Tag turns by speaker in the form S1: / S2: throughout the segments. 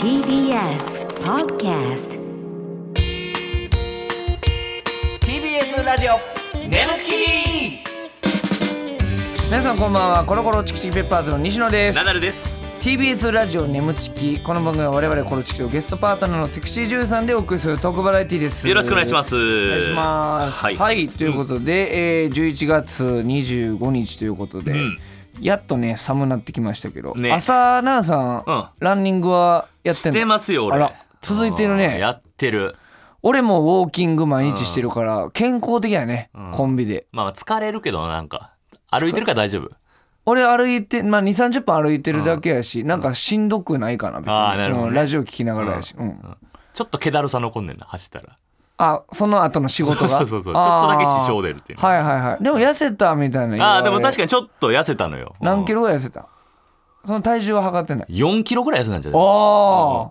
S1: TBS Podcast
S2: TBS ラジオ
S3: ムチキ
S2: 皆さんこんばんはコロコロチキチキペッパーズの西野です
S3: ナダルです。
S2: TBS ラジオネムチキこの番組は我々コロチキをゲストパートナーのセクシージュンさんでお送りするトークバラエティです
S3: よろしくお願いしますす。
S2: お
S3: お
S2: 願いしますは、
S3: はいい。
S2: ということで、えー、11月25日ということで、
S3: ん
S2: やっとね寒なってきましたけど、
S3: ね
S2: 朝奈々さん、
S3: うん
S2: ランニングはやってんの
S3: してますよ俺
S2: あら続いてる
S3: うん
S2: ね
S3: やってる。
S2: 俺もウォーキング毎日してるから、健康的やね、コンビで
S3: まあ疲れるけどなんか歩いてるから大丈夫。
S2: 俺歩いて、まあ、2三3 0分歩いてるだけやし、なんかしんどくないかな別に
S3: あーなるほどね
S2: うんラジオ聞きながらやし、うん
S3: ちょっと気だるさ残んねんな走ったら。
S2: あその後の仕事が
S3: そうそうそう。ちょっとだけ支障
S2: で
S3: 出るっていうね。
S2: はいはいはいでも痩せたみたいな言わ
S3: あ
S2: れ
S3: あでも確かにちょっと痩せたのよ。
S2: 何キ
S3: ロ
S2: ロぐらい痩せたその体重は測ってない
S3: ?4 キロぐらい痩せたんじゃない
S2: ああ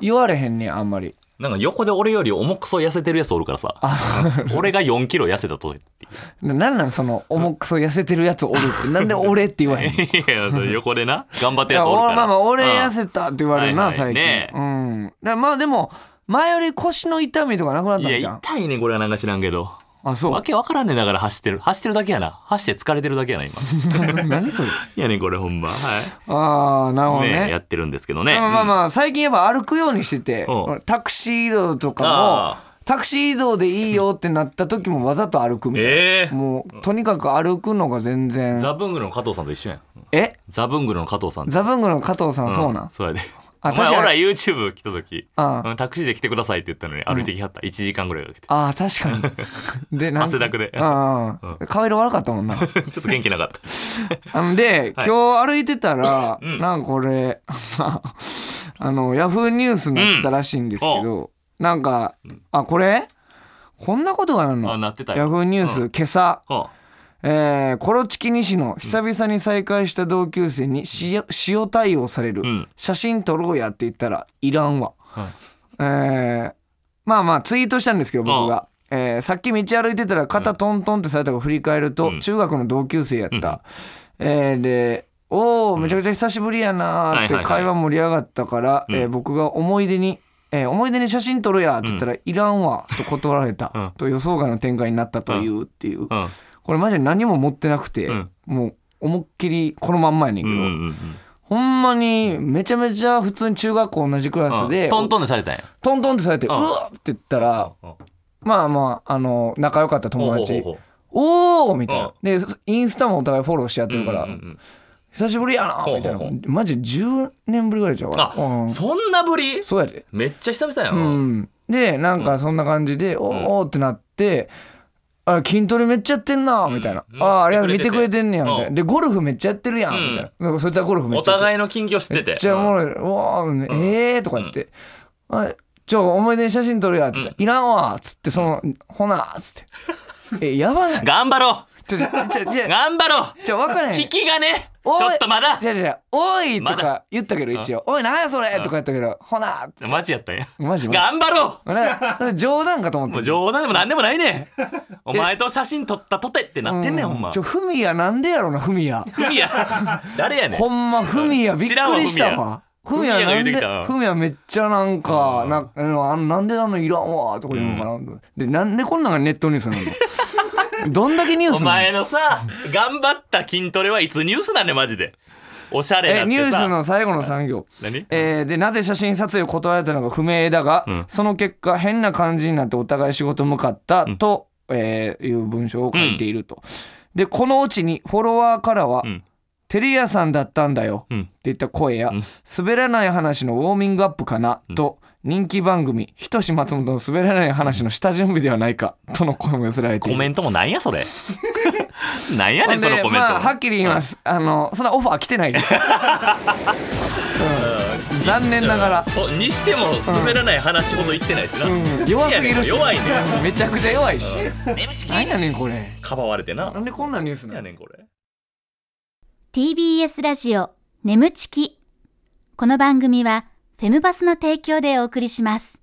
S2: 言われへんねんあんまり
S3: なんか横で俺より重くそ痩せてるやつおるからさ。 俺が4キロ痩せたと。
S2: ななんなのその重くそ痩せてるやつおるってなんで俺って言わへん のい
S3: いや、横でな、頑張ってるや
S2: や
S3: つおるから。
S2: おまあまあ俺痩
S3: うん
S2: せたって言われるな、
S3: うんはいは
S2: 最
S3: い
S2: 近、
S3: ねえ
S2: うんだからまあでも前より腰の痛みとかなくなったん
S3: い
S2: じゃん
S3: や、痛いね、これはなんか知らんけど。
S2: あそう
S3: わけわからんねんだから走ってる。走ってるだけやな。走って疲れてるだけやな、今。
S2: 何それ
S3: いやね、これほんま。は
S2: ああなるほど
S3: い。
S2: ね
S3: ね、やってるんですけどね。
S2: まあまあまあ最近やっぱ歩くようにしてて
S3: う
S2: タクシー移動とかも
S3: あ
S2: タクシー移動でいいよってなった時もわざと歩くみたいな、
S3: ええ
S2: もうとにかく歩くのが全然
S3: ザブングルの加藤さんと一緒やん。
S2: え
S3: ザブングルの加藤さんと。
S2: ザブングルの加藤さん、そうなん
S3: そうやで。
S2: あ
S3: お
S2: 確
S3: 前
S2: かに
S3: ほら YouTube 来た時
S2: ああ
S3: うんタクシーで来てくださいって言ったのに歩いてきはった1時間ぐらいかけて
S2: ああ確か にでなんか
S3: 汗だくで
S2: うんうん顔色悪かったもん な
S3: ちょっと元気なかった
S2: あので、今日歩いてたら、
S3: ん
S2: なんかこれ あのヤフーニュースになってたらしいんですけど、なんかあこれこんなことがなるの
S3: あなってたよ
S2: ヤフーニュース、
S3: う
S2: 今朝、
S3: は
S2: えーコロチキ西野久々に再会した同級生に塩塩対応される、
S3: ん
S2: 写真撮ろうやって言ったらいらんわ、えーまあまあツイートしたんですけど僕が、えーさっき道歩いてたら肩トントンってされたから振り返ると、中学の同級生やった、えーで「おおめちゃくちゃ久しぶりやな」ーっ
S3: はいは
S2: て
S3: いはい
S2: 会話盛り上がったから、えー僕が思い出に「えー思い出に写真撮ろうや」って言ったら「いらんわ」と断られた、
S3: ん
S2: と予想外の展開になったというっていう。
S3: うん
S2: これマジで何も持ってなくて、
S3: ん
S2: もう思いっきりこのまんまやねんけ
S3: う
S2: ど、
S3: んうんうん
S2: ほんまにめちゃめちゃ普通に中学校同じクラス
S3: う
S2: で、
S3: んトントンでされたんや
S2: トントンってされて「う
S3: うん
S2: わっ!」って言ったら、
S3: うん
S2: まあまああの仲良かった友達「
S3: ほうほうほうほう
S2: おお!」みたいな、
S3: うん
S2: でインスタもお互いフォローし合ってるから「
S3: うんうんうん
S2: 久しぶりやな」
S3: ほうほう
S2: みたいな
S3: ほう
S2: マジ10年ぶりぐらいじゃうかな、う
S3: あ
S2: ん、
S3: そんなぶり
S2: そうやで
S3: めっちゃ久々や
S2: う、
S3: なん
S2: でなんかそんな感じで「おーおーってなって「あ筋トレめっちゃやってんな」みたいな「
S3: うん
S2: ああありがとう見
S3: 見
S2: て
S3: て
S2: く
S3: く
S2: れ
S3: れ
S2: て
S3: てて
S2: んねや」みたいな
S3: う
S2: で「ゴルフめっちゃやってるやん」
S3: うん
S2: みたいななんかそいつはゴルフめっ
S3: お
S2: ちゃやってる
S3: 互いの近況知ってて
S2: めっちゃおもろい「おーええー」とか言って「あちょ思い出に写真撮るや」って言っていらんわ」っつってその「ほな」っつって「えやばな
S3: う
S2: い
S3: ん」頑張ろ
S2: ちょちょちょち
S3: う頑張ろ
S2: ょ分から
S3: う
S2: へん
S3: 引きがねち
S2: おい
S3: ょっとまだ
S2: じゃじゃおい!」と
S3: ま
S2: か
S3: だ
S2: 言ったけど一応「おい何やそれ!」とか言ったけど「ほな」って
S3: マジやったんや
S2: マジマジ
S3: 頑張ろう
S2: 俺それ冗談かと思って
S3: もう冗談でも何でもないねんお前と写真撮ったとてってなってんねん、ほんま
S2: ちょ、フミヤなんでやろな、フミヤ。
S3: フミヤ誰やねん
S2: ほんま、フミヤ、びっ
S3: 知らん
S2: く
S3: わ
S2: りしたわ。フミヤ
S3: フミ
S2: な
S3: ヤ
S2: ん
S3: が
S2: で
S3: 言うてきたな、
S2: フミヤめっちゃなんか、な、あの、あのなんであのいらんわ、とか言うのかな。で、なんでこんなんがネットニュースなのどんだけニュー
S3: お
S2: スなの
S3: 前のさ頑張った筋トレはいつニュースなんねんマジでおしゃれな
S2: え、
S3: っ
S2: ニュ
S3: て
S2: ー
S3: さ
S2: スの最後の産業。
S3: 何
S2: えーでなぜ写真撮影を断られたのか不明だが、その結果変な感じになってお互い仕事向かったと、えーいう文章を書いていると、でこのうちにフォロワーからは
S3: ん
S2: 「照、屋、さんだったんだよ」
S3: うん
S2: っていった声や、滑らない話のウォーミングアップかな」と人気番組「ひとし松本の滑らない話の下準備ではないか」との声も寄せられてい
S3: コ
S2: る
S3: メントもなんやそ れなんやねんその
S2: で
S3: コメント
S2: まあ、はっきり言います、あのそんなオファー来てない です、うん残念ながら
S3: そうにしても滑らない話ほど言ってないしな、
S2: うん弱すぎるし
S3: 弱いね
S2: めちゃくちゃ弱いし
S3: ねぶちき
S2: 何やねんこれ
S3: かばわれてな
S2: なんでこんなニュース
S3: 何
S2: な
S3: や
S2: の
S3: ねんこれ
S4: TBS ラジオ眠ちきこの番組はフェムバスの提供でお送りします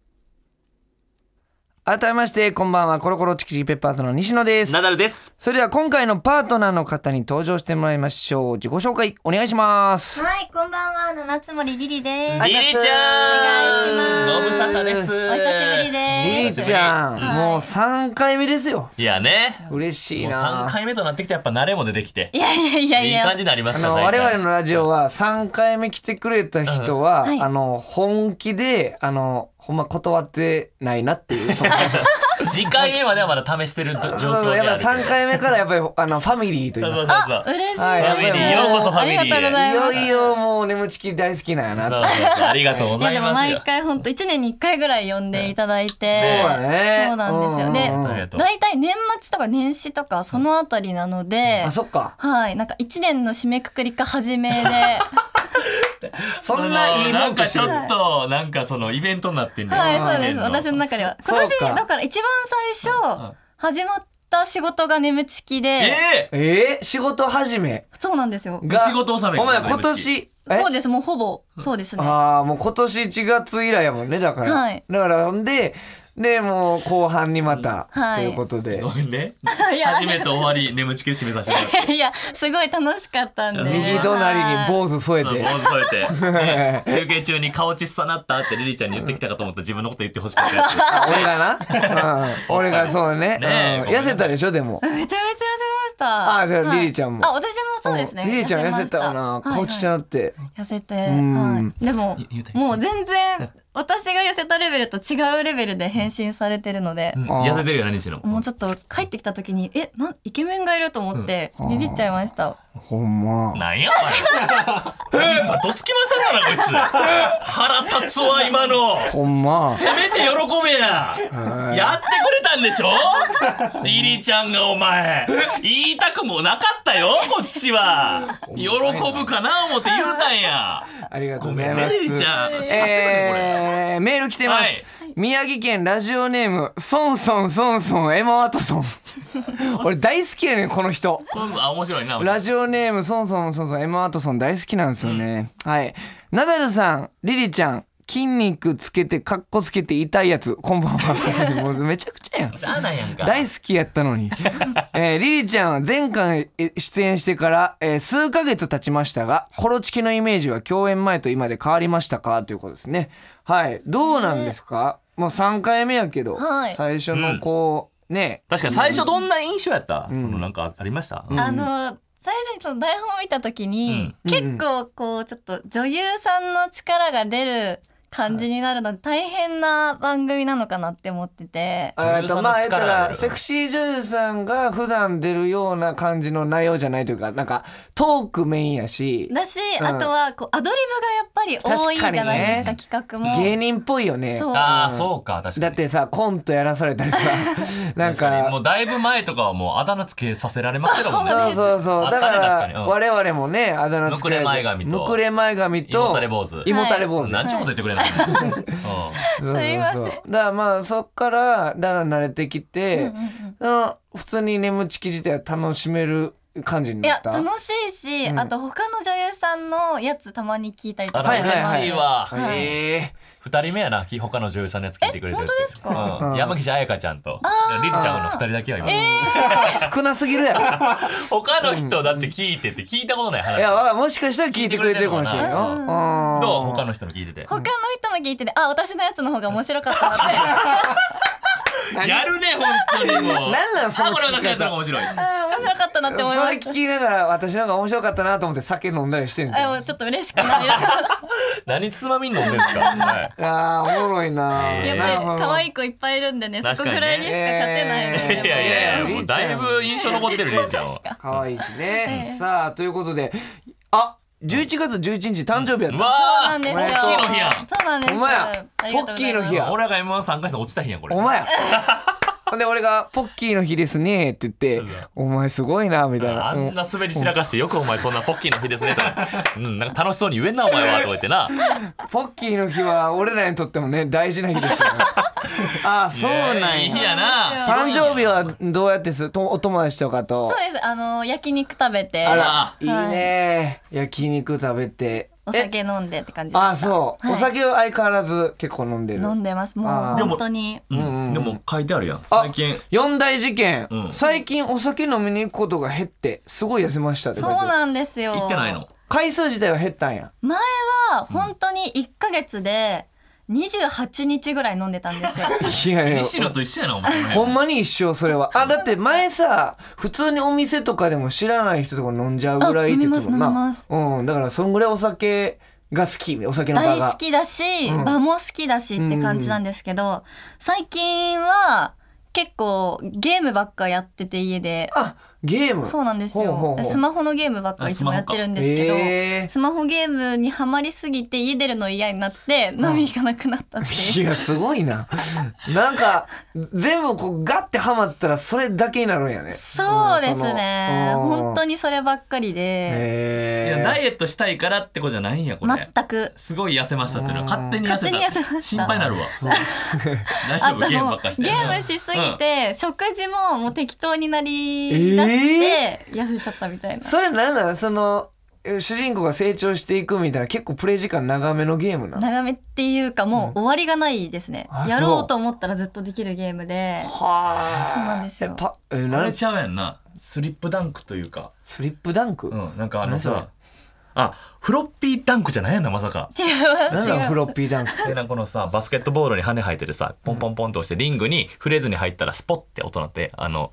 S2: 改めましてこんばんはコロコロチキチキペッパーズの西野です
S3: ナダルです。
S2: それでは今回のパートナーの方に登場してもらいましょう自己紹介お願いします
S4: はい、こんばんは、七つ森リリです。
S3: リリちゃん
S4: お願いします
S3: ご無沙汰です。
S4: お久しぶり
S2: リリ
S4: です。
S2: ちゃんもう3回目ですよ
S3: いやね。
S2: 嬉しい
S3: もう3
S2: な
S3: 回目となってきてやっぱ慣れも出てきて。
S4: いやいやいやい
S3: いい
S4: や
S3: 感。じになりま
S2: あ
S3: す
S2: の
S3: 大
S2: 我
S3: 体
S2: 々のラジオは3回目来てくれた人は、
S4: はい
S2: あの本気であのほんま断ってないなって いうそう
S3: 次回目まではまだ試してる状
S2: そう
S3: 況で
S2: や
S3: あ
S2: っ
S3: るけ
S2: ぱ
S3: ど。
S2: 3回目からやっぱりあのファミリーと言い
S3: そう
S2: ま
S3: そ
S2: す
S3: うそうそう。
S4: 嬉しい。
S2: はい
S3: ファミリー、ようこそファミリーへ。
S4: ありがとうございます
S2: いよいよもう眠ちき大好きなんやなって
S3: そうそうそうありがとうご
S4: い
S3: ざ
S4: やで
S3: い
S4: も
S3: ます
S4: 毎
S3: よ。
S4: 回本当一年に一回ぐらい呼んでいただいて、
S3: そう
S2: だね
S4: そうなんですよ。で、
S2: うんうんうん
S3: ありがとう。
S4: 大体年末とか年始とかそのあたりなので
S2: あ、そっか
S4: はい、なんか一年の締めくくりか始めで、
S2: そんないいもんとして
S3: な
S2: る
S3: んかちょっとなんかそのイベントになってんじゃん
S4: はい、そう
S3: 一
S4: で
S3: 年
S4: す。
S3: の
S4: 私の中では
S2: そ
S4: 今
S2: そうか
S4: 年だから一番最初始まった仕事が眠ちきで、
S3: ええ
S2: えー、仕事始め
S4: そうなんですよ。
S2: が
S3: 仕事納めか
S2: お前今年え
S4: そうです、もうほぼそうですね。
S2: ああもう今年1月以来やもんねだから、
S4: はい
S2: だからほんででもう後半にまた、
S4: はい
S2: ということで、
S3: ごめんね。
S4: いや
S3: 初めて終わり眠ちきり締めさせてもらって。
S4: いや、すごい楽しかったんで。
S2: 右隣に
S4: はい
S2: 坊主添え
S3: 坊
S2: て、
S3: 主添 えて、ね休憩中に顔ちっさなったってリリちゃんに言ってきたかと思ったら自分のこと言ってほしかったや つ。
S2: あ俺が な、うん、俺がそうね
S3: ねえ
S2: うん、痩せたでしょでも
S4: めちゃめちゃ痩せました。
S2: あじゃあ
S4: はい
S2: リリちゃんも
S4: あ、私もそうですね。
S2: んリリちゃん痩せたよ
S4: ま
S2: な
S4: した
S2: 顔ちっちゃ
S4: はい
S2: なって、
S4: はい痩せて。
S2: ん
S4: はいでも
S3: ゆゆうた、
S4: もう全然、私が痩せたレベルと違うレベルで変身されてるので、
S2: あー
S3: 痩せてるよ何しろ。
S4: もうちょっと帰ってきた時に、え、なん、イケメンがいると思って、ビビっちゃいました。
S2: ほんま
S3: なんやお前。 今どつきましたからこいつ。腹立つわ今の。
S2: ほんま
S3: せめて喜べや。やってくれたんでしょリリちゃんがお前。言いたくもなかったよ、こっちは。喜ぶかな思って言うたんや。
S2: ありがとう
S3: ご
S2: ご
S3: め
S2: ざい
S3: ん
S2: ま
S3: ね、
S2: す
S3: リリちゃん。久しぶりね、これ。
S2: えー、メール来てます、宮城県ラジオネームソンソンソンソンエマ・ワト ソン俺大好きやねんこの人
S3: そうそうあ、面白いな。面白い
S2: ラジオネームソンソンソンソンエマ・ワトソン大好きなんですよね、はいナダルさんリリちゃん筋肉つけてかっこつけて痛いやつこんばんはもうめちゃくちゃやん
S3: しゃあないやんか。
S2: 大好きやったのに、えーリリちゃんは前回え出演してから、えー数ヶ月経ちましたがコロチキのイメージは共演前と今で変わりましたかということですねはいどうなんですか、もう3回目やけど、
S4: はい
S2: 最初のこう、ね
S3: 確かに最初どんな印象やった、そのなんかありました、
S4: あの最初にその台本を見た時に、結構こうちょっと女優さんの力が出る感じになるので大変な番組なのかなって思ってて。
S2: え
S3: 女
S2: ー
S3: 優さん
S2: と
S3: の
S2: まあ言った
S3: 力があ
S2: ら
S3: る
S2: セクシー女優さんが普段出るような感じの内容じゃないというかなんかトークメインやし
S4: だし、
S2: ん
S4: あとはこうアドリブがやっぱり多いじゃないですか企画も。
S2: 芸人っぽいよね
S4: そう
S3: ああ、そうか、確かに。
S2: だってさコントやらされたりさなん
S3: 確か
S2: か
S3: にもうだいぶ前とかはもうあだ名つけさせられましたもんね。
S2: そうそうそ
S3: あ
S2: う。
S3: っ
S2: だ
S3: たね
S2: から、
S3: 確かにうん
S2: 我々もね、あだ名つけられて
S3: ぬくれ前髪と
S2: ぬくれ前髪と、
S3: 胃もたれ坊主
S2: 胃もたれ坊主。
S3: 何ちゅうこと言ってくれないの、うん
S2: そうそうそう
S4: すいません
S2: だからまあ、そっから、だんだん慣れてきて、その、普通に眠ちき自体は楽しめる感じに
S4: い
S2: な
S4: や
S2: った。
S4: 楽しいし、あと他の女優さんのやつたまに聞いたりと
S3: あ
S4: か。
S3: ら、
S2: はいはいはい
S3: 嬉しいわ。
S2: は
S3: 二
S2: い
S3: え2人目やな、他の女優さんのやつ聞いてくれてるって。
S4: え本当ですか
S3: うん山岸彩香ちゃんと、りりちゃんの2人だけは今、
S2: 少なすぎるやろ。
S3: 他の人だって聞いてって聞いたことない話。
S2: いや、わかもしかしたら聞いてくれてるかもしれんよ。
S3: う
S2: うん
S3: どう他の人の聞いてて。
S4: 他の人の聞いてて、あ、私のやつの方が面白かったなって。
S3: やるね、本当にもう。
S2: なんなんその
S3: あ、これ私のやつの方が面白い。
S4: あー面白かったなって思い
S2: そ
S4: ま
S2: れ
S4: し
S2: 聞きながら私の方が面白かったなと思って酒飲んだりしてるんだ
S4: た。あ、
S2: よ。
S4: もうちょっと嬉しくなりながら。
S3: 何つまみ飲んでんですか、はい
S2: あー、おもろいな
S3: えー
S4: やっ
S2: なる
S4: ぱ
S2: ほど
S4: り可愛い子いっぱいいるんでね、
S3: 確
S4: そ
S3: か
S4: こ
S3: にね
S4: くらいにしか勝てないの
S2: え
S4: で、
S2: ー
S3: いやいやいや、もうだいぶ印象残ってる、りりちゃんは。
S2: 可愛いしね。さあということで、あ、11月11日誕生日やった。
S4: そ
S3: わ
S4: うな
S3: あ
S4: んですよ。
S3: ポッキーの日やん
S4: そうなんです
S2: お前や
S4: ありがとうございます
S2: ポッキーの日や
S3: 俺らが m 1 3回戦落ちた日やんこれ
S2: お前や。ほんで俺が「ポッキーの日ですね」って言って「お前すごいな」みたいな
S3: あ
S2: うん
S3: んな滑り散らかしてよくお前そんなポッキーの日ですねとか、うん、なんか楽しそうに言えんなお前はとか言って な
S2: ポッキーの日は俺らにとってもね大事な日ですよ、ね、ああそうなん
S3: いい日
S2: や
S3: やな
S2: 誕生日はどうやってすとお友達とかと
S4: そうです。あの、焼肉食べて。
S2: あらいい
S4: はい
S2: ね焼肉食べて
S4: お酒飲んでって感じでした
S2: あそう、
S4: はい
S2: お酒を相変わらず結構飲んでる
S4: 飲んでますもう
S2: あー
S4: 本当に
S3: う
S2: うんうん
S3: んでも書いてあるやん
S2: あ
S3: 最近
S2: 四大事件、
S3: うん
S2: 最近お酒飲みに行くことが減ってすごい痩せましたって書
S4: そ
S2: いうてある
S4: なんですよ
S3: 行ってないの
S2: 回数自体は減ったんや
S4: 前は本当に1ヶ月で28日ぐらい飲んでたんですよ
S2: いやいや
S3: 西野と一緒やなお前
S2: ほんまに一生それはあだって前さ普通にお店とかでも知らない人とか飲んじゃうぐらいって言ってたもん
S4: あ飲み
S2: な
S4: ます
S2: うんだからそんぐらいお酒が好きお酒の場
S4: 大好
S2: が
S4: きだし、
S2: うん
S4: 場も好きだしって感じなんですけど、最近は結構ゲームばっかやってて家で
S2: あゲーム
S4: そうなんです
S2: ほうほうほ
S4: よ
S2: う
S4: スマホのゲームばっかいつもやってるんですけど、
S2: えー
S4: スマホゲームにはまりすぎて家出るの嫌になって飲み行かなくなったって いう
S2: いやすごいななんか全部こうガッてハマったらそれだけになるんやね
S4: そうですね。
S2: うんそのうん
S4: 本当にそればっかりで、
S3: い
S2: へ
S3: や
S2: え
S3: ダイエットしたいからってことじゃないんやこれ
S4: 全く
S3: すごい痩せましたっていうのは勝手に痩せ
S4: 勝手に痩せました
S3: た心配になるわ大丈夫ゲー
S4: あと
S3: ムば
S4: も
S3: っかして
S4: うゲームしすぎて、食事ももう適当になりだして痩せちゃったみたいな。
S2: それなんなのそのえ主人公が成長していくみたいな結構プレイ時間長めのゲームなの
S4: 長めっていうかもう終わりがないですね
S2: あ。
S4: やろうと思ったらずっとできるゲー ムで、
S2: はあ
S4: そうなんですよ
S2: えパえ
S3: あ
S2: な
S3: れちゃうやんなスリップダンクというか
S2: スリップダンク、
S3: うんなんかあの
S2: 何それ
S3: さあフロッピーダンクじゃないやんなまさか
S4: 違います。
S2: なんだろうフロッピーダンク
S3: でなんかこのさバスケットボールに羽生えてるさポンポンポンと押してリングに触れずに入ったらスポッて音鳴ってあの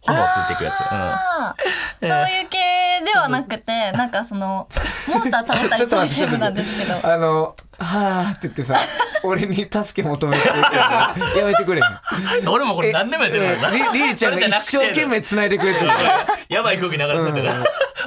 S3: 炎ついていくやつ、うん
S4: あーそういう系ではなくて、なんかその、モンスター倒した
S2: ちょ
S4: り
S2: っと待
S4: する
S2: ってち
S4: ゲ
S2: ょっと
S4: ームな
S2: 待っ
S4: んですけど。
S2: てあの「はあ」って言って さ俺に助け求めてくるやつやめてくれ へん
S3: 俺もこれ何年もやってるからな
S2: えりりりちゃんが一生懸命繋いでくれてる
S3: やばい空気流れてたから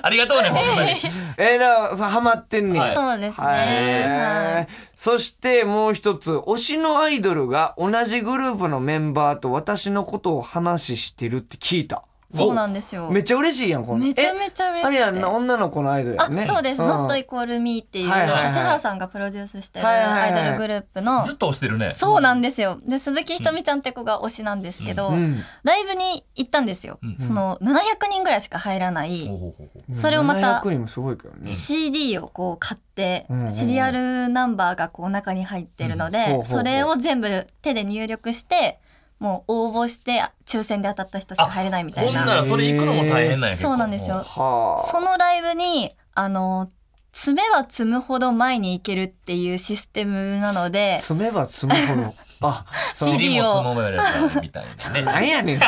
S3: ありがとうねほんま に
S2: えー、だからさハマってんねん、
S3: はい
S4: そうですね。はい
S2: はいそしてもう一つ推しのアイドルが同じグループのメンバーと私のことを話してるって聞いた
S4: そうなんですよ。
S2: めっちゃ嬉しいやんこの
S4: めちゃめちゃ嬉し
S2: えあれや
S4: く
S2: ん
S4: て
S2: な女の子のアイドルや
S4: あ、
S2: んね
S4: そうです。
S2: ん
S4: Not Equal Me っていう、
S2: はいはいはい
S4: 指原さんがプロデュースしてる
S2: はいはいは
S4: ア
S2: い
S4: イドルグループの、
S3: ずっと押してるね
S4: そうなんですよ。で、鈴木ひとみちゃんって子が推しなんですけど、
S2: うん
S4: ライブに行ったんですよ。その、700人ぐらいしか入らない、
S3: ほうほうほうほう
S4: それをまた
S2: 700人もすごいけどね
S4: CD をこう買って、
S2: うんうん
S4: シリアルナンバーがこう中に入ってるの
S2: うんほうほ
S4: で
S2: う、ほう
S4: それを全部手で入力して、もう応募して、抽選で当たった人しか入れないみた
S3: ほ
S4: い
S3: ん
S4: な。
S3: ならそれ行くのも大変なんや結構
S4: そうなんですよ。
S2: はあ
S4: そのライブに、あの、詰めば詰むほど前に行けるっていうシステムなので、
S2: 積めば積むほ どあその
S4: し
S3: 尻もつもめれたみたいなね
S2: なんやねん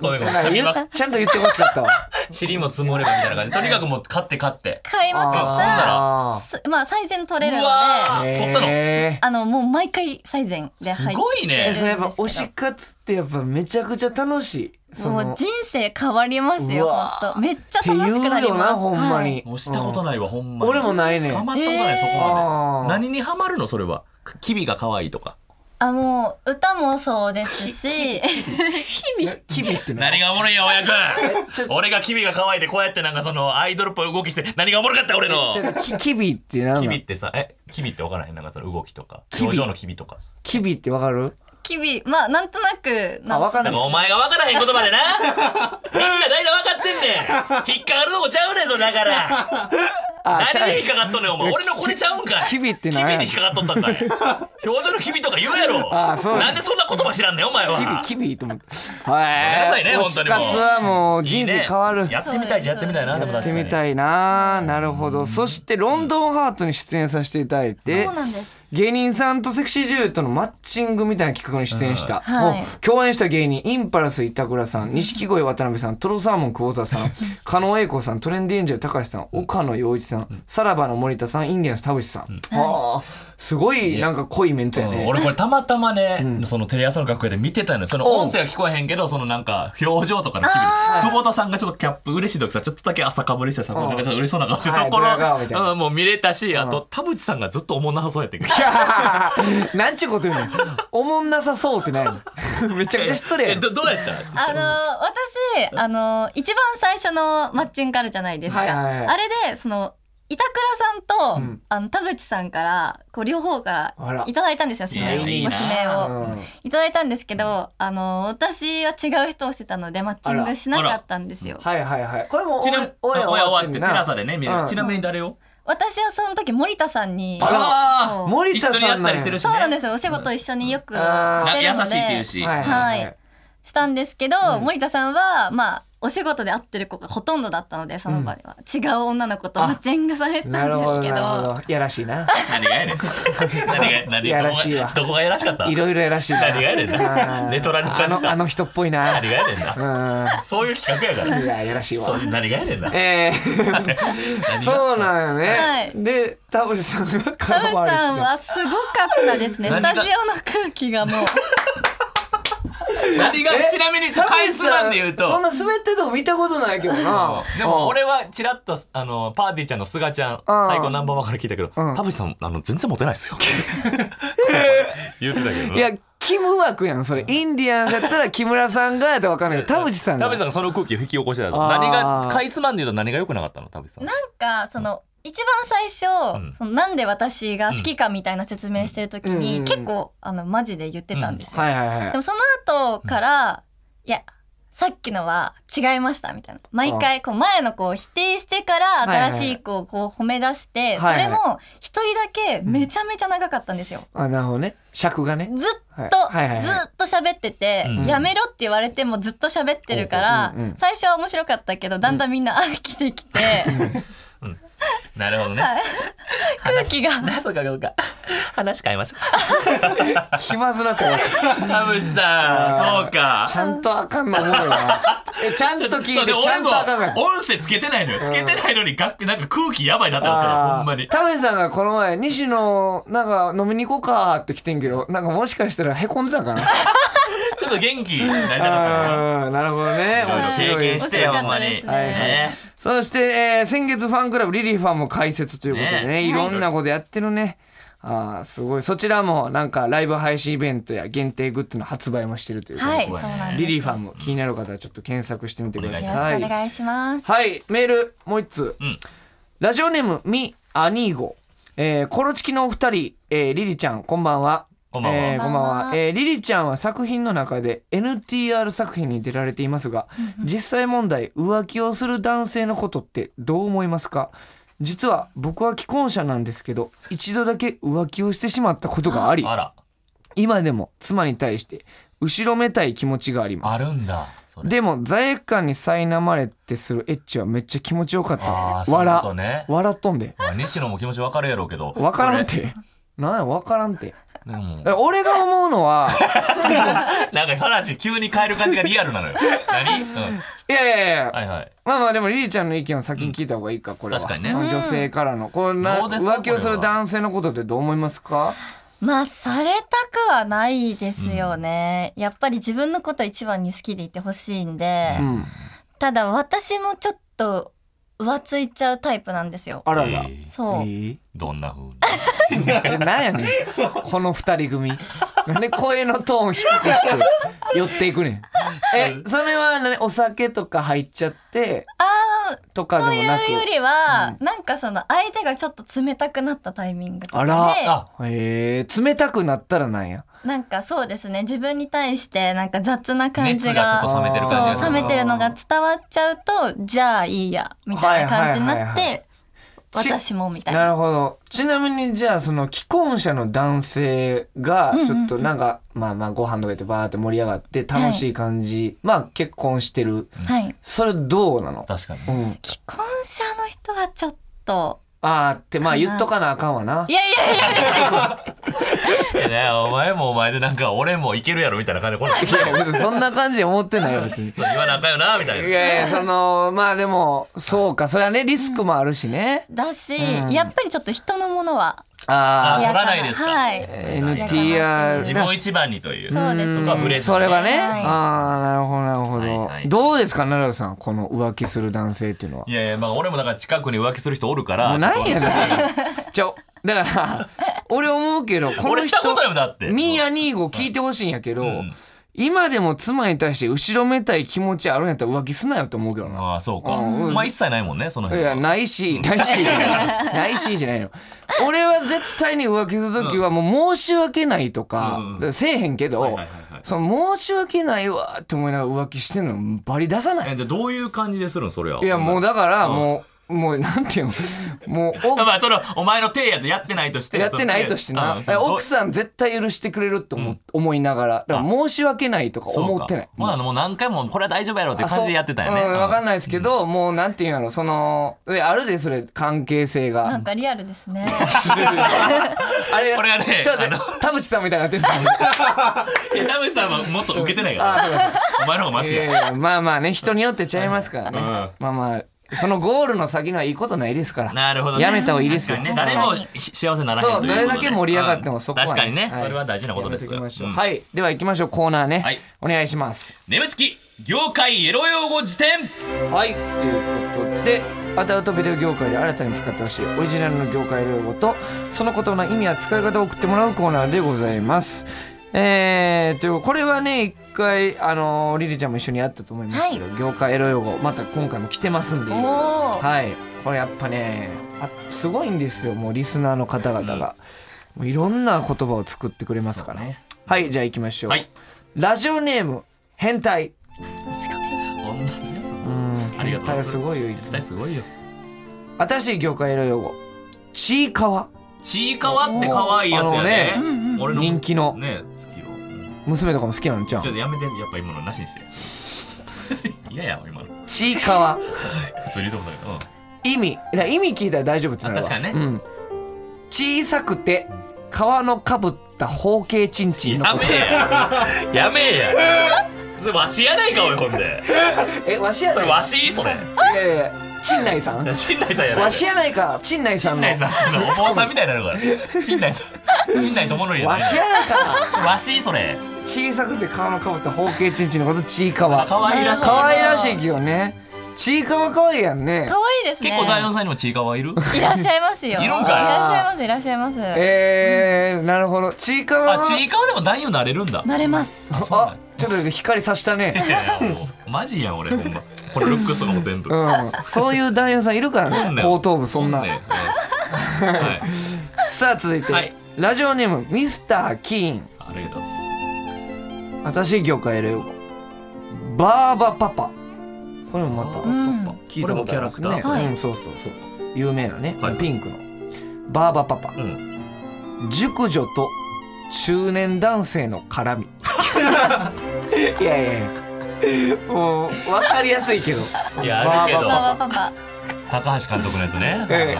S3: ごめんごめん
S2: なんか言っちゃんと言ってほしか ったわ
S3: 尻も積もればみたいな感じとにかくもう勝って勝って
S4: 買いまくったら、
S2: あ
S4: すまあ、最善取れるの
S3: う
S4: で、
S3: わ
S2: ー
S3: ー
S2: へー
S4: あの、もう毎回最善で入
S3: す
S4: っ
S3: ごい
S2: え
S3: ね
S2: それやっぱ推し活ってやっぱめちゃくちゃ楽しいそ
S4: もう
S2: の
S4: 人生変わります
S2: う
S4: よ、
S2: わ
S4: ほんと。めっちゃ楽しく
S2: って
S4: なります。
S2: 言うよなほんまに、
S4: はい
S3: 押したことないわほんまに
S2: 俺もないね
S3: ハマ
S2: ん
S3: ったことない、
S4: えー
S3: そこ
S2: あー
S3: まで。何にハマるのそれは。キビが可愛いとか。
S4: あ、もう、歌もそうですし、日々。
S2: キビってな
S3: 何がおもろいんや、親くん。俺がキビが可愛いで、こうやってなんかそのアイドルっぽい動きして、何がおもろかった俺の
S2: ち。ょっとキキビってなん
S3: キ
S2: な
S3: ビ
S2: ん
S3: ってさ、え、キビってわからへんなんかその動きとか、
S2: キビ
S3: 表情のキビとか。
S2: キビってわかる
S4: 日々、まあ、なんとなく、
S2: あわかん
S3: なんか
S2: ない
S3: お前がわからへん言葉でな。みんな大体わかってんねん。引っかかるとこちゃうねん、それだから。
S2: あちゃ
S3: 誰に
S2: う
S3: 引っかかっとんねん、お前。俺のこれちゃうんかい。
S2: キビって
S3: キビ
S2: 何や
S3: に引っかかっとったんかい。表情のキビとか言うやろ。
S2: あそう
S3: なんでそんな言葉知らんねん、お前は。
S2: キビキビと思って
S3: な
S2: は
S3: さいね
S2: 推
S3: 本当
S2: し
S3: にもう
S2: 活はもう人生変わる
S3: いいねやってみたいじゃやってみたいな、でも
S2: やって
S3: 確か
S2: み
S3: に。
S2: たいななるほどそしてロンドンハートに出演させていただいて
S4: そうなんです。
S2: 芸人さんとセクシー女優とのマッチングみたいな企画に出演した、
S4: うんはい
S2: お共演した芸人インパラス板倉さん錦鯉渡辺さんトロサーモン久保田さん加納英子さんトレンディエンジェル高橋さん岡野陽一さんさらばの森田さんインディアンス田口さん、ああすごいなんか濃いメンツや
S3: う
S2: ね
S3: ん、俺これたまたまね、そのテレ朝の楽屋で見てたのよその
S2: おう
S3: 音声は聞こえへんけどそのなんか表情とかの日々久保田さんがちょっとキャップ嬉しい時さちょっとだけ朝かぶりしてさこうなんかちょっと嬉しそうな顔してるとこ
S2: はいドヤ顔みたいな
S3: ろ、うん、もう見れたしあと田淵さんがずっとおもんなさそうやってんけど
S2: いやーなんちゅうこと言うのおもんなさそうってないの めちゃくちゃ失礼
S3: え
S2: やん
S3: どどうやった
S4: あの私あの一番最初のマッチングあるじゃないですか、
S2: はいはいはい
S4: あれでその板倉さんと、
S2: ん
S4: あの田淵さんからこう両方か
S2: あら
S4: らいただいたんですよ指名を
S3: いい
S4: 指
S3: な
S4: 名を
S2: うん
S4: いただいたんですけどあの私は違う人をしてたのでマッチングしなかったんですよ
S2: はいはいはいこれも
S3: ちなみに
S2: オンエア
S3: 親終わって
S2: ん
S3: テ
S2: な
S3: ラサでね見れる
S2: うん
S3: ちなみに誰を
S4: 私私はその時森田さんに
S2: あら
S3: あ
S4: そう
S2: 森田
S3: 一緒に
S2: さ
S3: や
S2: ん
S3: った
S2: なん
S3: りしてる
S2: や
S3: し
S4: そうなん
S3: ね
S4: ですよお仕事一緒によくし
S2: あ
S3: な
S4: て
S3: 優しい
S4: るの
S3: って言う
S4: で
S3: し
S2: はい
S4: はいしたんですけど、森田さんはまあお仕事で会ってる子がほとんどだったのでその場では、違う女の子とマッチングされてた
S2: なん
S4: で
S2: る
S4: す
S2: ほどな
S4: け
S2: る
S4: ど
S2: ほどやらしいな
S3: 何がやねん何が何
S2: やら しいわ
S3: どこがやらしかった
S2: い
S3: 何
S2: ろいろやらしいな
S3: がやねんな
S2: うん
S3: ネトラに
S2: あ
S3: 感じ
S2: の
S3: た
S2: あ
S3: 何
S2: の人っぽいな
S3: がやねんな
S2: う
S3: そういう企画やか ら
S2: んいややらしいわ
S3: そう何がやねんな
S2: えーそうなんよね、
S4: はい
S2: で田淵さんが
S4: タ
S2: 空
S4: ム
S2: 回り
S4: さん
S2: し
S4: はすごかったですねス
S3: 何が
S4: タジオの空気がもう
S3: 何が
S2: え
S3: ちなみに回数なんで言うと
S2: そんな滑ってるとこ見たことないけどな
S3: でも俺はちらっとあのパーティーちゃんのすがちゃん
S2: うん
S3: 最高ナンバーワンから聞いたけど
S2: うん
S3: 田淵さんあの全然モテな いですよ言ってたけど
S2: いやキム枠やんそれインディアンだったら木村さんがやったら分かんないけど田淵さん
S3: 田
S2: が
S3: 淵さんがその空気を引き起こしてた
S2: あー
S3: 何がかいつまんで言うと何が良くなかったの田淵さ ん
S4: なんかその一番最初、
S3: ん
S4: そのなんで私が好きかみたいな説明してる時に、
S2: うん
S4: 結構あのマジで言ってたんですよ、
S2: はいはいはい
S4: でもその後から、いやさっきのは違いましたみたいな毎回こう前の子を否定してから
S2: いはいはい
S4: 新しい子をこう褒め出し
S2: はいは
S4: て、
S2: い
S4: それも一人だけめちゃめちゃ長かったんですよ、
S2: あなるほどね尺がね
S4: ずっと、
S2: はいはいはいはい
S4: ずっと喋ってて、
S3: うん
S4: やめろって言われてもずっと喋ってるから、
S2: うんうんうん
S4: 最初は面白かったけどだんだんみんな飽きてきて、
S3: なるほど ね
S4: はい空気が
S3: そうかそうか話変えましょ
S2: 気まずなって
S3: う田淵さんそうか
S2: ちゃんとあかんの思うよなえちゃんと聞
S3: そう
S2: いて
S3: で
S2: ちゃんとあかんの
S3: 俺
S2: や
S3: も音声つけてないのよつけてないのにがなんか空気やばいなってなったらほ
S2: あ
S3: んまに
S2: ー田淵さんがこの前西野なんか飲みに行こうかって来てんけどなんかもしかしたらへこんでたんかな
S3: ちょっと元気になりたかったな
S2: あーなるほどね面
S3: 経
S2: 白い
S3: 験
S2: です
S3: してよほんまに
S4: 面白かったですね
S2: はいはい
S3: ね
S2: そして、えー先月ファンクラブリリーファンも開設ということでね
S3: ね
S2: いろんなことやってるね、あーすごいそちらもなんかライブ配信イベントや限定グッズの発売もしてるということで、
S4: はい、そうなんです。
S2: リリーファンも気になる方はちょっと検索してみてくだ
S3: お
S4: よ
S2: さ
S4: ろ
S2: い
S4: しくお願いします。
S2: はいメールもう一通、
S3: ん
S2: ラジオネームみアニーゴ、えーコロチキのお二人、えーリリちゃんこんばんは
S3: こんばんは
S2: えーこんばん
S4: こんばん
S2: は
S4: は
S2: えーリリちゃんは作品の中で NTR 作品に出られていますが実際問題浮気をする男性のことってどう思いますか実は僕は既婚者なんですけど一度だけ浮気をしてしまったことがあり
S3: あら
S2: 今でも妻に対して後ろめたい気持ちがあります
S3: あるんだそれ
S2: でも罪悪感に苛まれてするエッチはめっちゃ気持ちよか
S3: あ
S2: った
S3: ーそういう
S2: 笑
S3: ことね
S2: 笑っとんで
S3: まあ西野も気持ちわかるやろうけど
S2: 分からん
S3: こ
S2: てなんや分からんて
S3: れでも
S2: 俺が思うの は
S3: なんか話急に変える感じがリアルなのよ何、うん、
S2: いやいやいや
S3: はいはい
S2: まあまあでもリリちゃんの意見を先に聞いた方がいいかこれは
S3: 確かにね
S2: うん女性からのこんな
S3: どうですか
S2: 浮気をする男性のことってどう思いますか
S4: まあ、されたくはないですよね。やっぱり自分のこと一番に好きでいてほしいんで、
S2: うん
S4: ただ私もちょっと浮ついちゃうタイプなんですよ。
S2: あら
S3: え
S2: ら
S3: ー
S4: そう。
S2: え
S3: どんな風に
S2: ーなんやねんこの二人組なんで声のトーン低くして寄っていくねんえそれは何お酒とか入っちゃって
S4: ああ、
S2: とかで
S4: と
S2: もなく
S4: いうよりは、なんかその相手がちょっと冷たくなったタイミングとかで、
S2: あ
S3: あ
S2: えー、冷たくなったらなんや。
S4: なんかそうですね、自分に対してなんか雑な感
S3: 熱
S4: じ
S3: がちょっと冷めてる感じ
S4: そう冷めてるのが伝わっちゃうとじゃあいいやみたいな感じになって、
S2: はいはいはいはい
S4: 私もみたい
S2: な
S4: な
S2: るほど。ちなみにじゃあその既婚者の男性がちょっとなんか、まあまあご飯とか行ってバーって盛り上がって楽しい感じ、まあ結婚してる
S4: はい
S2: それどうなの、
S3: 確かに
S2: うん、
S4: 既婚者の人はちょっと
S2: あーってまあ
S4: かな。
S2: 言っとかなあかんわない
S4: やいやいやいや
S3: いやねお前もお前でなんか俺もいけるやろみたいな感じでこれ
S2: いや別にそんな感じで思って ないよ別に。
S3: そう言わなあかんよなみたい
S2: い
S3: な
S2: やいやそのまあでもそうかそれはねリスクもあるしね。
S4: だし、
S2: うん
S4: やっぱりちょっと人のものは
S2: あ
S3: 取
S2: あ
S4: 嫌
S3: らないですか
S4: はい、
S2: NTR
S3: 自分一番にという
S4: そうです
S3: そこはブレ
S4: ね
S3: ず
S2: それはね、
S4: はい
S2: ああなるほどなるほど、
S3: はいはい
S2: どうですか奈良さんこの浮気する男性っていうのはい
S3: やいやまあ俺もだから近くに浮気する人おるか
S2: も
S3: ら
S2: うないや
S3: ちょっ
S2: んちょだから俺思うけど
S3: と
S2: この
S3: 俺
S2: 人
S3: したことやもんだって
S2: ミーヤニーゴ聞いてほしいんやけど、
S3: ん
S2: 今でも妻に対して後ろめたい気持ちあるんやったら浮気すなよって思うけどな。
S3: ああそうか
S2: うん
S3: まあ一切ないもんねその
S2: い
S3: 辺
S2: や
S3: は
S2: ないしないしじゃないないしじゃないの俺は絶対に浮気する時はもう申し訳ないとか、
S3: う
S2: せえへんけど、
S3: はいはいはいはい
S2: その申し訳ないわって思いながら浮気してんのバリ出さない
S3: えでどういう感じでするんそれは
S2: いうや
S3: ん
S2: もうだからもうもうなんていうのもう奥
S3: まあそのお前の手やとやってないとして
S2: やってないとしてな、奥
S3: ん
S2: さん絶対許してくれると思,、思いながらだから申し訳ないとか思ってない
S3: もうあのもう何回もこれは大丈夫やろうって感じでやってたよね
S2: 分かん
S3: い
S2: ないですけど、もうなんていうんやろそのえあるでそれ関係性
S4: な
S2: が
S4: んかリアルです ね。
S2: あれ
S3: これがね
S2: ちょっとね
S3: あ
S2: 田淵さんみたいになってるい
S3: や田淵さんはもっと受けてないからお前の方がマジ
S2: やい
S3: や
S2: やまあまあね人によってちゃいますからね、まあまあそのゴールの先にはいいことないですから
S3: なるほどね
S2: やめた方がいいですよ、
S3: 確かにね誰も幸せにならへん
S2: そう
S3: ということで
S2: どれだけ盛り上がっても
S3: うん
S2: そこはね
S3: 確かにね
S2: はい
S3: それは大事なことです
S2: やめとき
S3: よ
S2: ましょう
S3: うん
S2: はいでは行きましょうコーナーね、
S3: はい
S2: お願いします
S3: 眠ちき業界エロ用語辞典
S2: はいということでアダウトビデオ業界で新たに使ってほしいオリジナルの業界用語とその言葉の意味や使い方を送ってもらうコーナーでございますえー、というこれはね一回あのーリリちゃんも一緒にやったと思いますけど、業界エロ用語また今回も来てますんで
S4: おお。
S2: はいこれやっぱねあすごいんですよもうリスナーの方々が、もういろんな言葉を作ってくれますからねはいじゃあ行きましょう、
S3: はい
S2: ラジオネーム変態
S3: 同じや
S2: うん
S3: ありがとうござ
S2: 変態
S3: います
S2: すごいよいつ
S3: つ
S2: も
S3: 絶対すごいよ
S2: 新しい業界の用語ちいかわ
S3: ちいかわって可愛いやつやね
S2: あの
S4: ねうんうん
S3: 俺の
S2: 人気の
S3: ね好きようん
S2: 娘とかも好きなんちゃう
S3: ちょっとやめてやっぱ今のなしにして いやいや今の
S2: ちいかわ
S3: 普通に言うと思ったけどうん
S2: 意味いや意味聞いたら大丈夫ってなるわ
S3: あ確かにね
S2: うん、小さくて皮のかぶった方形ちんちんの
S3: や
S2: こ
S3: め
S2: と
S3: えややめえやそれわしやないかおいほんで
S2: えわしや
S3: そ
S2: な
S3: れ
S2: い
S3: わしそれ
S2: いやいや陣内さん
S3: 陣内さんやない
S2: わしやないか陣内さんの
S3: 陣内さんのお坊さんみたいになるから陣内さん陣内智則や
S2: わしやないか
S3: わしそれ
S2: 小さくて皮のかぶった方形ちんちんのことちいかわ
S3: 可愛らしい
S2: 可愛らしいけどねちいかわ可愛いやんね
S4: 可愛いですね。
S3: 結構大王さんにもちいかわいる
S4: いらっしゃいますよ。
S3: いるんかい
S4: らっしゃいますいらっしゃいます。
S2: えー、なるほどちいかわ
S3: あ
S2: は
S3: ちいかわでも男優なれるんだ
S4: なれます。
S3: そうなん
S2: あ
S3: だ、
S2: ちょっと光さしたね。
S3: いやいやもうマジやん俺ほんまこれルックスとかも全部
S2: うん、そういう男優さんいるから
S3: うん
S2: ね、
S3: ね
S2: 後頭部そんな。
S3: ねはい
S2: さあ、続いて、
S3: はい
S2: ラジオネームミスターキーン。
S3: ありがとうございます
S2: 新しい業界るよ。バーバパパ。これもまた
S4: う。ん。
S2: 聞いたことありますね。
S3: これもキャラクタ
S4: ーはい
S2: うん、そうそうそう。有名なね、
S3: はい
S2: ピンクの。バーバパパ。
S3: ーうん
S2: 熟女と中年男性の絡み いやいやいやもう分かりやすいけど
S3: いやあるけど
S4: パパパパ。
S3: 高橋監督のやつね。
S2: え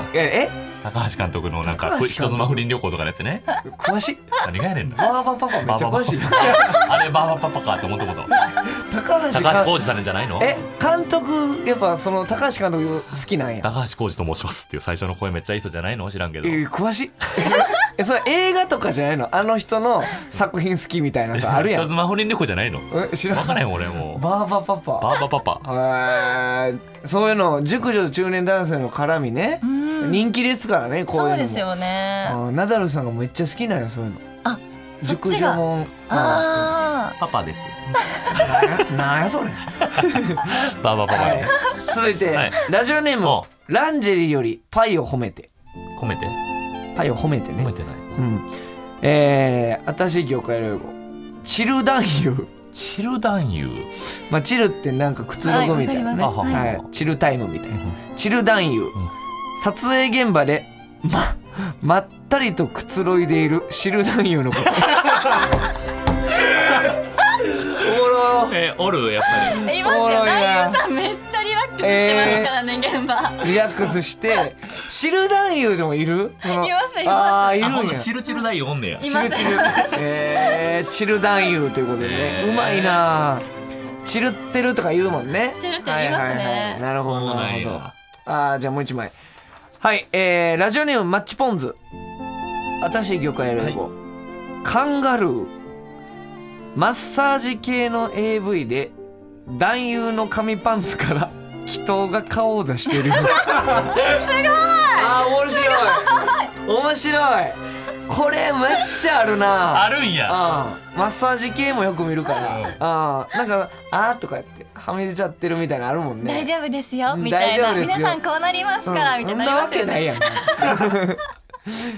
S2: え
S3: 高橋監督のなん
S2: 高
S3: か
S2: 橋監
S3: 人
S2: 督
S3: 妻不倫旅行とかのやつね。
S2: え詳しい
S3: 何がやねんの。
S2: バーバパパめっちゃ詳 しい
S3: バーバパパあれバーバパパかって思ったこと。
S2: 高橋
S3: 高橋
S2: か
S3: 浩二さんなんじゃないの？
S2: え監督やっぱその高橋監督好きなんや
S3: 高橋浩二と申しますっていう最初の声めっちゃいい人じゃないの知らんけど。
S2: え詳しい えそれ映画とかじゃないのあの人の作品好きみたいなさあるや
S3: 人
S2: ん
S3: 妻不倫旅行じゃないの。わ
S2: え知らん
S3: か
S2: バ
S3: らへん俺も
S2: ーバパパ
S3: う。バーバパパ。
S2: へーそういうの熟女と中年男性の絡みね
S4: ん
S2: 人気ですからねこういうの
S4: そ
S2: も
S4: うですよね。
S2: あーナダルさんがめっちゃ好きなんよそういうの
S4: あそっ
S2: 熟
S4: ち
S2: 女
S4: が
S2: もん
S4: あ
S3: パパです。
S2: なんやなんやそれ
S3: バーバパパね。
S2: 続いて、
S3: はい
S2: ラジオネーム
S3: お
S2: ランジェリーよりパイを褒めて
S3: 褒めて。
S2: パイを褒めてね
S3: 褒めてない。
S2: うんえー、新しい業界用語チル男優
S3: チル男優。
S2: まあチルってなんかくつろぐみたいなね、
S3: あ
S4: わ
S3: は
S4: かります
S2: は
S3: はいい。
S2: チルタイムみたいなチル男優、撮影現場でま まったりとくつろいでいるチル男優のこと おもろ
S3: えおるやっぱり。
S4: あ。います
S2: おもろ
S4: よ。
S2: いな
S4: 男優さんめっちゃリラックスしてますからね現場。
S2: リラックスして、知る男優でもいるい
S4: いますいます
S2: ああ、いる
S3: あほ
S2: ん
S3: ん
S2: や。
S3: と
S2: 知
S3: チ
S2: る
S3: ルチル男優おんねや。
S4: い
S2: 知
S4: ま
S2: る
S4: す。。
S2: えー、知る男優ということでね
S3: え。ー
S2: うまいな知るってるとか言うもんね。
S4: 知るって言います
S2: はいは
S4: ね
S2: いはいなるほ
S3: そ
S2: ど、
S3: うな
S2: なんるほど。
S3: や
S2: あ。あー、じゃあもう一枚。はい、えー、ラジオネームマッチポンズ。新しい魚介英語。カンガルー。マッサージ系の AV で男優の紙パンツから祈祷が顔を出してる。あー面白い面白いこれめっちゃあるな
S3: あるんや。
S2: うんマッサージ系もよく見るから、うん、なんか「あ」とかやってはみ出ちゃってるみたいなのあるもんね夫
S4: 大丈夫ですよ
S2: うん
S4: みたいな
S2: 大丈夫ですよ
S4: 皆さんこうなりますからみたいな
S2: そんな
S4: な
S2: わけ
S4: りますよ
S2: ない
S4: ね
S2: やん い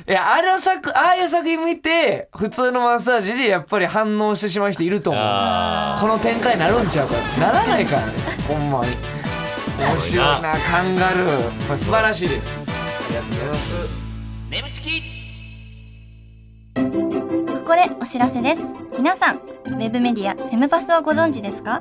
S2: やあの作ああいう作品見て普通のマッサージでやっぱり反応してしまう人いると思う
S3: あ
S2: この展開になるんちゃうかならないからねほんまに
S3: ー
S2: 面白いなカンガルー、まあ、素晴らしいですありがとうございます
S3: 眠ちき
S4: ここでお知らせです皆さんウェブメディアフェムパスをご存知ですか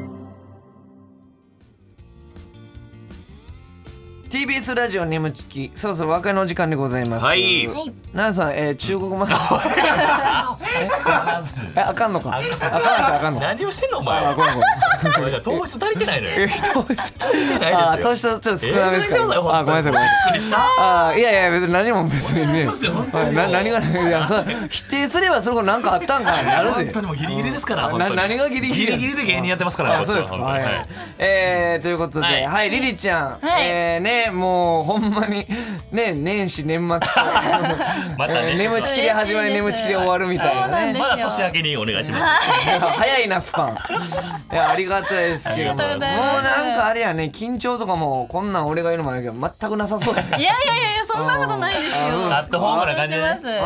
S2: TBS ラジオ眠ちきそろそろ和解のお時間でございます
S3: はい
S4: い
S2: 奈々さん、えー、中国まで えあかんのかあかんのかあかんのか
S3: 何をしてんのお
S2: あ
S3: 前
S2: ごめんごめん
S3: これが糖質足りてないのよ
S2: え
S3: 足
S2: ー糖質
S3: りてな
S2: あ
S3: い
S2: ー
S3: ですよ
S2: 糖質ちょっと少なめですか
S3: えー大丈夫だよ
S2: らあごめんなさいごめんなさい
S3: びっくりした
S2: あーいやいや別に何も別にね
S3: お願いしますよ本当に
S2: はいな何がいやそう否定すればそれこそ何かあったんかなる
S3: 本
S2: で
S3: 当にもうギリギリですから、
S2: な
S3: 本当に
S2: 何がギリギリ
S3: ギリギリで芸人やってますから
S2: あ
S3: こっち
S2: そう
S3: は
S2: ですか、
S3: 本当に
S2: はい
S3: はい
S2: えーということで、は、
S3: はいい
S2: リリちゃん、
S4: はい
S2: えーね、もうほんまに、ね、年始年 末、
S3: また
S2: えー
S3: ね
S2: 眠ちきで始まり、
S4: 嬉し
S2: 眠ちき
S4: いです
S2: で終わるみたいなね。
S4: き
S3: まだ年明けにお願いします
S2: 早いな、スパン。いや、ありがたいですけども、もう
S3: ありがとうご
S4: ざいます
S2: なんかあれやね、緊張とかも、こんなん俺が言うのもあるけど、全くなさそうやね。
S4: いやいやいやいやそんなことないですよ
S2: あ
S3: アットホームな感じでね
S4: 存じてま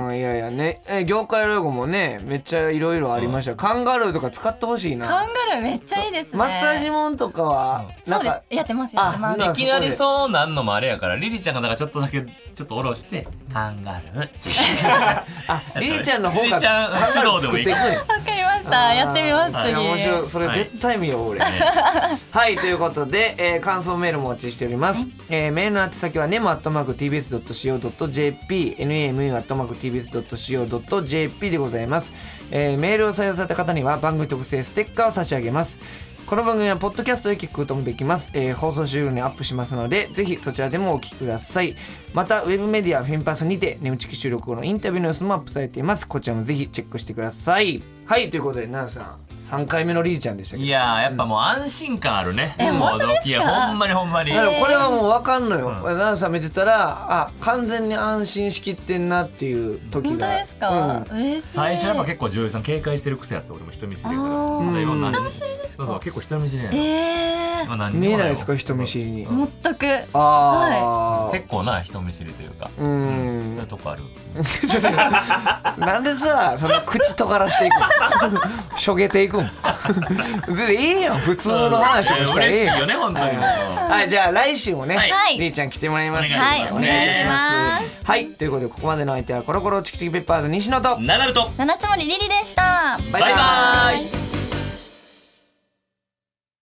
S4: す
S2: うん、いやいやね、え業界用語もね、めっちゃいろいろありました。カンガルーとか使ってほしい
S4: カ
S2: な。
S4: ンガルーめっちゃいいですね。
S2: マッサージもんとかは、な
S4: そ
S2: ん
S4: うです
S2: か。。
S4: やってますやってま
S2: あ
S4: す。
S2: なん
S3: い
S2: か
S3: きなりそうなんのもあれやからリリちゃんがなんかちょっとだけちょっと下ろしてカンガル ー
S2: あ、リリちゃんの方
S3: リ
S2: が
S3: リちゃん
S2: カンガルー作っていくん
S3: 指
S2: や。
S4: わかりました。やってみます
S2: あーめっち
S4: 次。
S2: ゃ面白い。それ絶対見よう、俺。はい、ということで、えー感想メールもお待ちしております。えーメールの宛先は nemo.tbs.co.jp、nemu.tbs.co.jp でございます。えーメールを採用された方には番組特製ステッカーを差し上げます。この番組はポッドキャストで聞くこともできます、えー放送終了にアップしますのでぜひそちらでもお聞きくださいまたウェブメディアフェンパスにて眠ちき収録後のインタビューの様子もアップされていますこちらもぜひチェックしてくださいはいということで奈々さん3回目のリリちゃんでしたけ
S3: い
S2: ど
S3: やーやっぱもう安心感あるね
S4: え本当ですか
S3: いやほんまにほんまに
S2: だからこれはもう分かんのよ奈々、さん見てたらあ完全に安心しきってんなっていう時
S4: 本当
S2: が
S4: ですか。嬉しい。
S3: 最初やっぱ結構女優さん警戒してる癖やって俺も人見知りやから
S4: あー
S3: まだ今何人
S4: 人見知りですか
S3: そうそう結構人見知りやねん
S4: え
S3: 今何
S2: う
S3: 人
S2: ん、見えない
S3: わ
S2: ですか人見知りに、
S4: えー。全く。
S2: ああ、
S3: 結構な人見知りというか
S2: う
S3: そうんいうとこある
S2: なんでさ、その口尖らしていくの しょげていくん全然いいやん、普通の話をしたらいい
S3: 嬉しい
S2: やん
S3: よね本当に
S2: はい、じゃあ来週もね、
S3: はい
S2: りーちゃん来てもらいます
S3: お願いしますねはいお願いし
S4: ます
S2: はい、ということでここまでの相手はコロコロチキチキペッパーズ西野と
S3: ナダルと
S4: 七つ森リリでした。
S2: バ
S3: バイバーイ